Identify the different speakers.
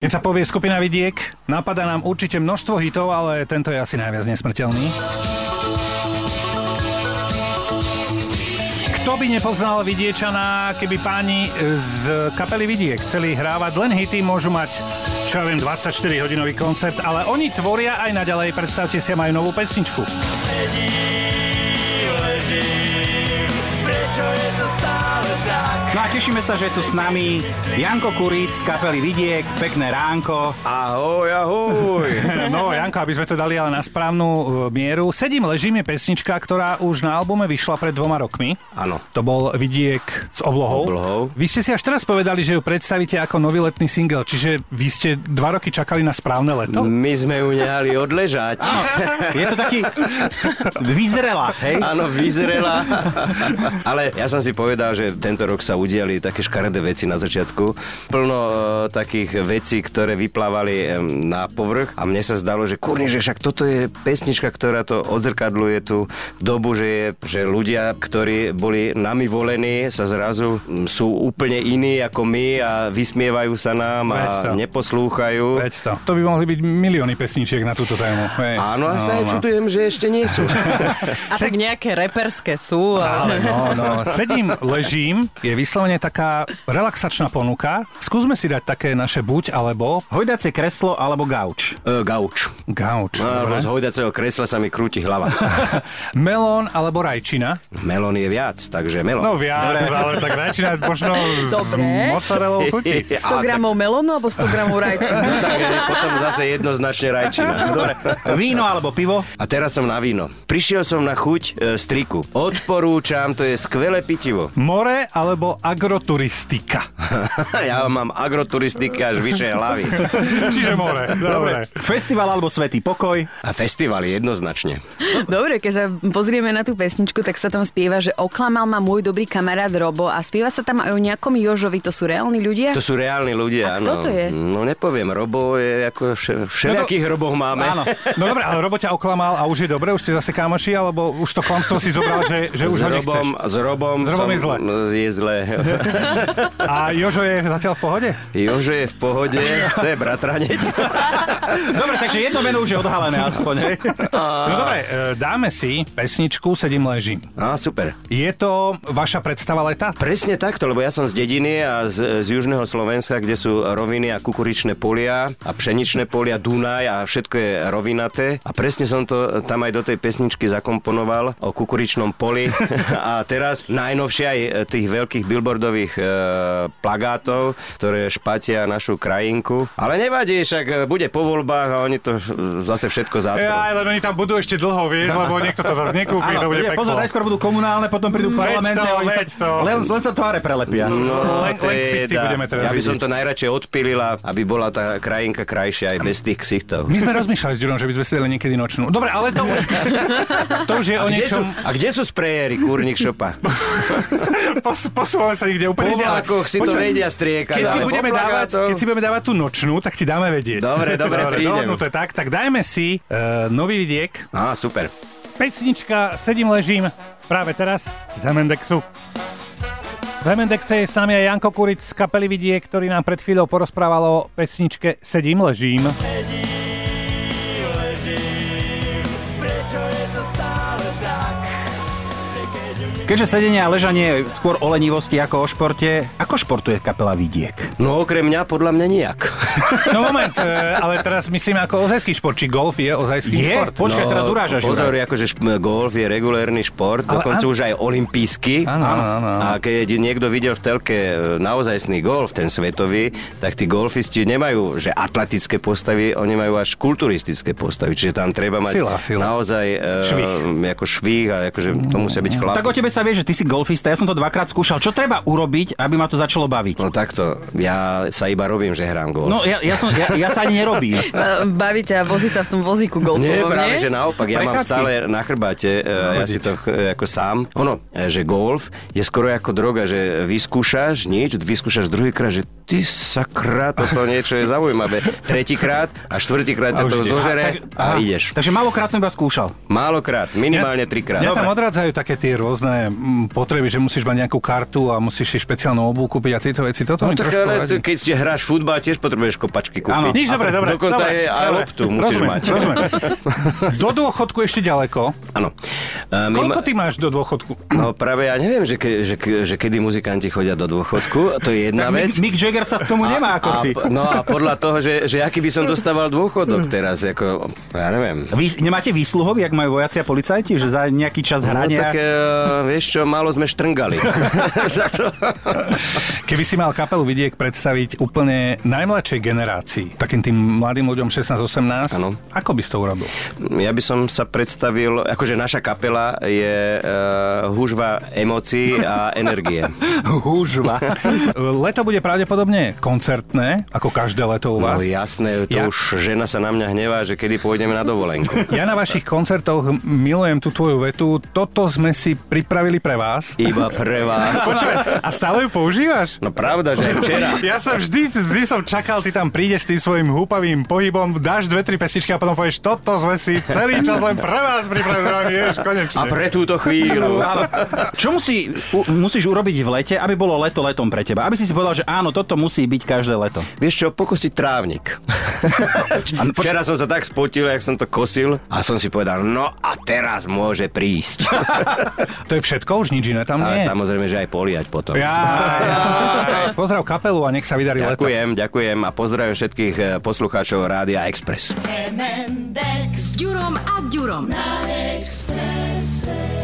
Speaker 1: Keď sa povie skupina Vidiek, napadá nám určite množstvo hitov, ale tento je asi najviac nesmrteľný. Kto by nepoznal Vidiečana, keby páni z kapely Vidiek chceli hrávať len hity, môžu mať, čo ja viem, 24-hodinový koncert, ale oni tvoria aj naďalej, predstavte si, majú novú pesničku.
Speaker 2: No a tešíme sa, že je tu s nami Janko Kuríc z kapely Vidiek, pekné ránko.
Speaker 3: Ahoj, ahoj.
Speaker 1: No, Janko, aby sme to dali ale na správnu e, mieru. Sedím ležím je pesnička, ktorá už na albume vyšla pred dvoma rokmi.
Speaker 3: Áno.
Speaker 1: To bol Vidiek s oblohou.
Speaker 3: Oblohou.
Speaker 1: Vy ste si až teraz povedali, že ju predstavíte ako nový letný single, čiže vy ste dva roky čakali na správne leto?
Speaker 3: My sme ju nehali odležať.
Speaker 2: Je to taký vyzrela, hej?
Speaker 3: Áno, vyzrela. Ale ja som si povedal, že tento rok sa udiali také škaredé veci na začiatku. Plno e, takých vecí, ktoré vyplávali e, na povrch a mne sa zdalo, že kurne, že však toto je pesnička, ktorá to odzrkadluje tú dobu, že, je, že ľudia, ktorí boli nami volení, sa zrazu mm, sú úplne iní ako my a vysmievajú sa nám
Speaker 1: Veď to.
Speaker 3: a neposlúchajú.
Speaker 1: Veď to. To by mohli byť milióny pesničiek na túto tému. Hej.
Speaker 3: Áno, a sa aj
Speaker 1: no.
Speaker 3: čudujem, že ešte nie sú.
Speaker 4: A tak nejaké reperské sú.
Speaker 1: Ale
Speaker 4: Ale...
Speaker 1: no, no. Sedím, ležím, je vyslovene taká relaxačná ponuka. Skúsme si dať také naše buď alebo
Speaker 2: Hojdacie kreslo alebo gauč.
Speaker 3: E, Gauč.
Speaker 1: gauč.
Speaker 3: Alebo
Speaker 1: dobre?
Speaker 3: No, z hojdacieho kresla sa mi krúti hlava.
Speaker 1: Melón alebo rajčina.
Speaker 3: melón je viac, takže melón.
Speaker 1: No viac, ale tak rajčina možno s
Speaker 5: Dobre.
Speaker 1: mozzarellou chutí.
Speaker 5: 100 gramov melónu alebo 100 gramov rajčiny?
Speaker 3: Takže eh, potom zase jednoznačne rajčina. Dobre.
Speaker 2: Víno alebo pivo.
Speaker 3: A teraz som na víno. Prišiel som na chuť e, striku. Odporúčam, to je skvelé pitivo.
Speaker 1: More alebo agroturistika.
Speaker 3: ja mám agroturistiky až vyššie hlavy.
Speaker 1: Čiže more. Dobre.
Speaker 2: Festival alebo svetý pokoj.
Speaker 3: A festival jednoznačne.
Speaker 5: Dobre, keď sa pozrieme na tú pesničku, tak sa tam spieva, že oklamal ma môj dobrý kamarát Robo a spieva sa tam aj o nejakom Jožovi, to sú reálni ľudia?
Speaker 3: To sú reálni ľudia,
Speaker 5: A kto
Speaker 3: áno.
Speaker 5: to je?
Speaker 3: No nepoviem, robo je ako vše, všelijakých robov máme.
Speaker 2: Áno.
Speaker 1: No dobre, ale Robo ťa oklamal a už je dobre, už ste zase kamoši, alebo už to klamstvo si zobral, že, že už
Speaker 3: s
Speaker 1: ho nechceš.
Speaker 3: robom, s robom,
Speaker 1: S Robom
Speaker 3: som-
Speaker 1: je zle.
Speaker 3: Je zle.
Speaker 1: A Jožo je zatiaľ v pohode?
Speaker 3: Jožo je v pohode, to je bratranec.
Speaker 2: Dobre, takže jedno meno už je odhalené aspoň, hej?
Speaker 1: No dobre, e, dáme si pesničku Sedím ležím.
Speaker 3: Á, No, super.
Speaker 1: Je to vaša predstava leta?
Speaker 3: Presne takto, lebo ja som z dediny a z, z južného Slovenska, kde sú roviny a kukuričné polia a pšeničné polia, Dunaj a všetko je rovinaté. A presne som to tam aj do tej pesničky zakomponoval o kukuričnom poli. a teraz najnovšie aj tých veľkých billboardových e, plagátov, ktoré špatia našu krajinku. Ale nevadí, však e, bude po voľbách a oni to e, zase všetko zatrú.
Speaker 1: Ja, ale E, oni tam budú ešte dlho, vieš, lebo niekto to zase nekúpi, to bude
Speaker 2: nie,
Speaker 1: peklo.
Speaker 2: pozor, najskôr budú komunálne, potom prídu
Speaker 1: veď
Speaker 2: parlamentné.
Speaker 1: to,
Speaker 2: oni sa-
Speaker 1: veď to.
Speaker 2: Len, len sa tváre prelepia.
Speaker 3: No,
Speaker 1: Len- len ksichty budeme teraz
Speaker 3: ja by som
Speaker 1: vidieť.
Speaker 3: to najradšej odpilila, aby bola tá krajinka krajšia aj bez tých ksichtov.
Speaker 1: My sme rozmýšľali s Ďurom, že by sme si dali niekedy nočnú. Dobre, ale to už, to už je o
Speaker 3: Kde sú,
Speaker 1: niečom...
Speaker 3: a kde sú sprejery, kúrnik šopa?
Speaker 1: Pos, posúvame sa niekde úplne
Speaker 3: Po
Speaker 1: inde, ale-
Speaker 3: vlakoch si to
Speaker 1: Počúvaj,
Speaker 3: vedia striekať,
Speaker 1: Keď si,
Speaker 3: ale po
Speaker 1: budeme dávať,
Speaker 3: plagátoch-
Speaker 1: keď si budeme dávať tú nočnú, tak ti dáme vedieť. no,
Speaker 3: Dobre, dobre, prídem.
Speaker 1: dohodnuté, tak, tak dajme si uh, nový vidiek.
Speaker 3: Á, super.
Speaker 1: Pesnička Sedím ležím práve teraz z Hemendexu. V Hemendexe je s nami aj Janko Kuric z kapely Vidiek, ktorý nám pred chvíľou porozprával o pesničke Sedím ležím.
Speaker 2: Keďže sedenie a ležanie je skôr o lenivosti ako o športe, ako športuje kapela Vidiek?
Speaker 3: No okrem mňa, podľa mňa nijak.
Speaker 1: No moment, e, ale teraz myslím ako ozajský šport, či golf je ozajský
Speaker 2: Je?
Speaker 1: šport.
Speaker 2: Počkaj,
Speaker 3: no,
Speaker 2: teraz urážaš.
Speaker 3: Pozor,
Speaker 2: Juraj.
Speaker 3: akože šp- golf je regulérny šport,
Speaker 1: Ale
Speaker 3: dokonca
Speaker 1: áno.
Speaker 3: už aj olimpijský.
Speaker 1: Áno, áno, áno, áno.
Speaker 3: A keď niekto videl v telke e, naozajstný golf, ten svetový, tak tí golfisti nemajú že atletické postavy, oni majú až kulturistické postavy, čiže tam treba mať
Speaker 1: Sila, sila.
Speaker 3: naozaj e,
Speaker 1: Švih. Mm.
Speaker 3: ako švih a akože to musia byť chlap.
Speaker 2: Tak o tebe sa vie, že ty si golfista, ja som to dvakrát skúšal. Čo treba urobiť, aby ma to začalo baviť?
Speaker 3: No takto, ja sa iba robím, že hrám golf.
Speaker 2: No, ja, ja, som, ja, ja sa ani nerobím.
Speaker 5: E, Baví ťa voziť sa v tom vozíku
Speaker 3: Nie,
Speaker 5: golfovom,
Speaker 3: práve,
Speaker 5: nie?
Speaker 3: že naopak, ja mám
Speaker 2: Prechádzky.
Speaker 3: stále na chrbáte, e, ja si to e, ako sám. Ono, e, že golf je skoro ako droga, že vyskúšaš nič, vyskúšaš druhýkrát, že ty sakra, toto niečo je zaujímavé. Tretíkrát a štvrtýkrát ťa
Speaker 1: už
Speaker 3: to
Speaker 1: ide.
Speaker 3: zožere a,
Speaker 2: aha,
Speaker 3: ideš.
Speaker 2: Takže malokrát som iba skúšal.
Speaker 3: Málokrát, minimálne trikrát.
Speaker 1: Mňa tam odrádzajú také tie rôzne mm, potreby, že musíš mať nejakú kartu a musíš si špeciálnu obu kúpiť a tieto veci. Toto
Speaker 3: No
Speaker 1: mi
Speaker 3: tak
Speaker 1: trošku
Speaker 3: ale
Speaker 1: vadí.
Speaker 3: ty, keď ste hráš futbal, tiež potrebuješ kopačky kúpiť.
Speaker 2: Áno.
Speaker 1: Nič,
Speaker 3: A
Speaker 1: dobre,
Speaker 3: to-
Speaker 1: dobre.
Speaker 3: Dokonca
Speaker 1: dobre,
Speaker 3: je aj
Speaker 1: dobre.
Speaker 3: loptu musíš
Speaker 1: rozumiem,
Speaker 3: mať.
Speaker 1: Rozumiem. Do dôchodku ešte ďaleko.
Speaker 3: Áno. E, my
Speaker 1: Koľko
Speaker 3: ma-
Speaker 1: ty máš do dôchodku?
Speaker 3: No práve ja neviem, že, ke, že, ke- že kedy muzikanti chodia do dôchodku, to je jedna vec.
Speaker 2: Mick Jagger sa k tomu nemá ako
Speaker 3: a,
Speaker 2: si. Hm.
Speaker 3: po- No a podľa toho, že, že aký by som dostával dôchodok teraz, ako, ja neviem. No
Speaker 2: Vy, nemáte výsluhov, jak majú vojaci a policajti, že za nejaký čas
Speaker 3: No
Speaker 2: hrania...
Speaker 3: tak, e, vieš čo, málo sme štrngali. Za to.
Speaker 1: Keby si mal kapelu Vidiek predstaviť úplne najmladšej generácii, takým tým mladým ľuďom 16-18,
Speaker 3: Áno.
Speaker 1: ako by si to urobil?
Speaker 3: Ja by som sa predstavil, akože naša kapela je uh, húžva emócií a energie.
Speaker 1: Húžva. Leto bude pravdepodobne koncertné, ako každé leto u vás.
Speaker 3: No jasné, to
Speaker 1: Ja-
Speaker 3: ja. už žena sa na mňa hnevá, že kedy pôjdeme na dovolenku.
Speaker 1: Ja na vašich koncertoch m- milujem tú tvoju vetu. Toto sme si pripravili pre vás.
Speaker 3: Iba pre vás.
Speaker 1: Počkaj, a stále ju používaš?
Speaker 3: No pravda, že aj včera.
Speaker 1: Ja som vždy, vždy som čakal, ty tam prídeš tým svojim húpavým pohybom, dáš dve, tri pesničky a potom povieš, toto sme si celý čas len pre vás pripravili, vieš, konečne.
Speaker 3: A pre túto chvíľu.
Speaker 2: Áno. Čo musí, u, musíš urobiť v lete, aby bolo leto letom pre teba? Aby si si povedal, že áno, toto musí byť každé leto.
Speaker 3: Vieš čo, pokostiť trávnik. Včera som sa tak spotil, jak som to kosil a som si povedal, no a teraz môže prísť.
Speaker 1: To je všetko, už nič iné tam
Speaker 3: Ale
Speaker 1: nie je.
Speaker 3: samozrejme, že aj poliať potom.
Speaker 1: Ja, ja. Pozdrav kapelu a nech sa vydarí leto.
Speaker 3: Ďakujem, ďakujem a pozdravím všetkých eh, poslucháčov Rádia Express.
Speaker 6: M&X
Speaker 7: S Ďurom a Ďurom.
Speaker 6: Express.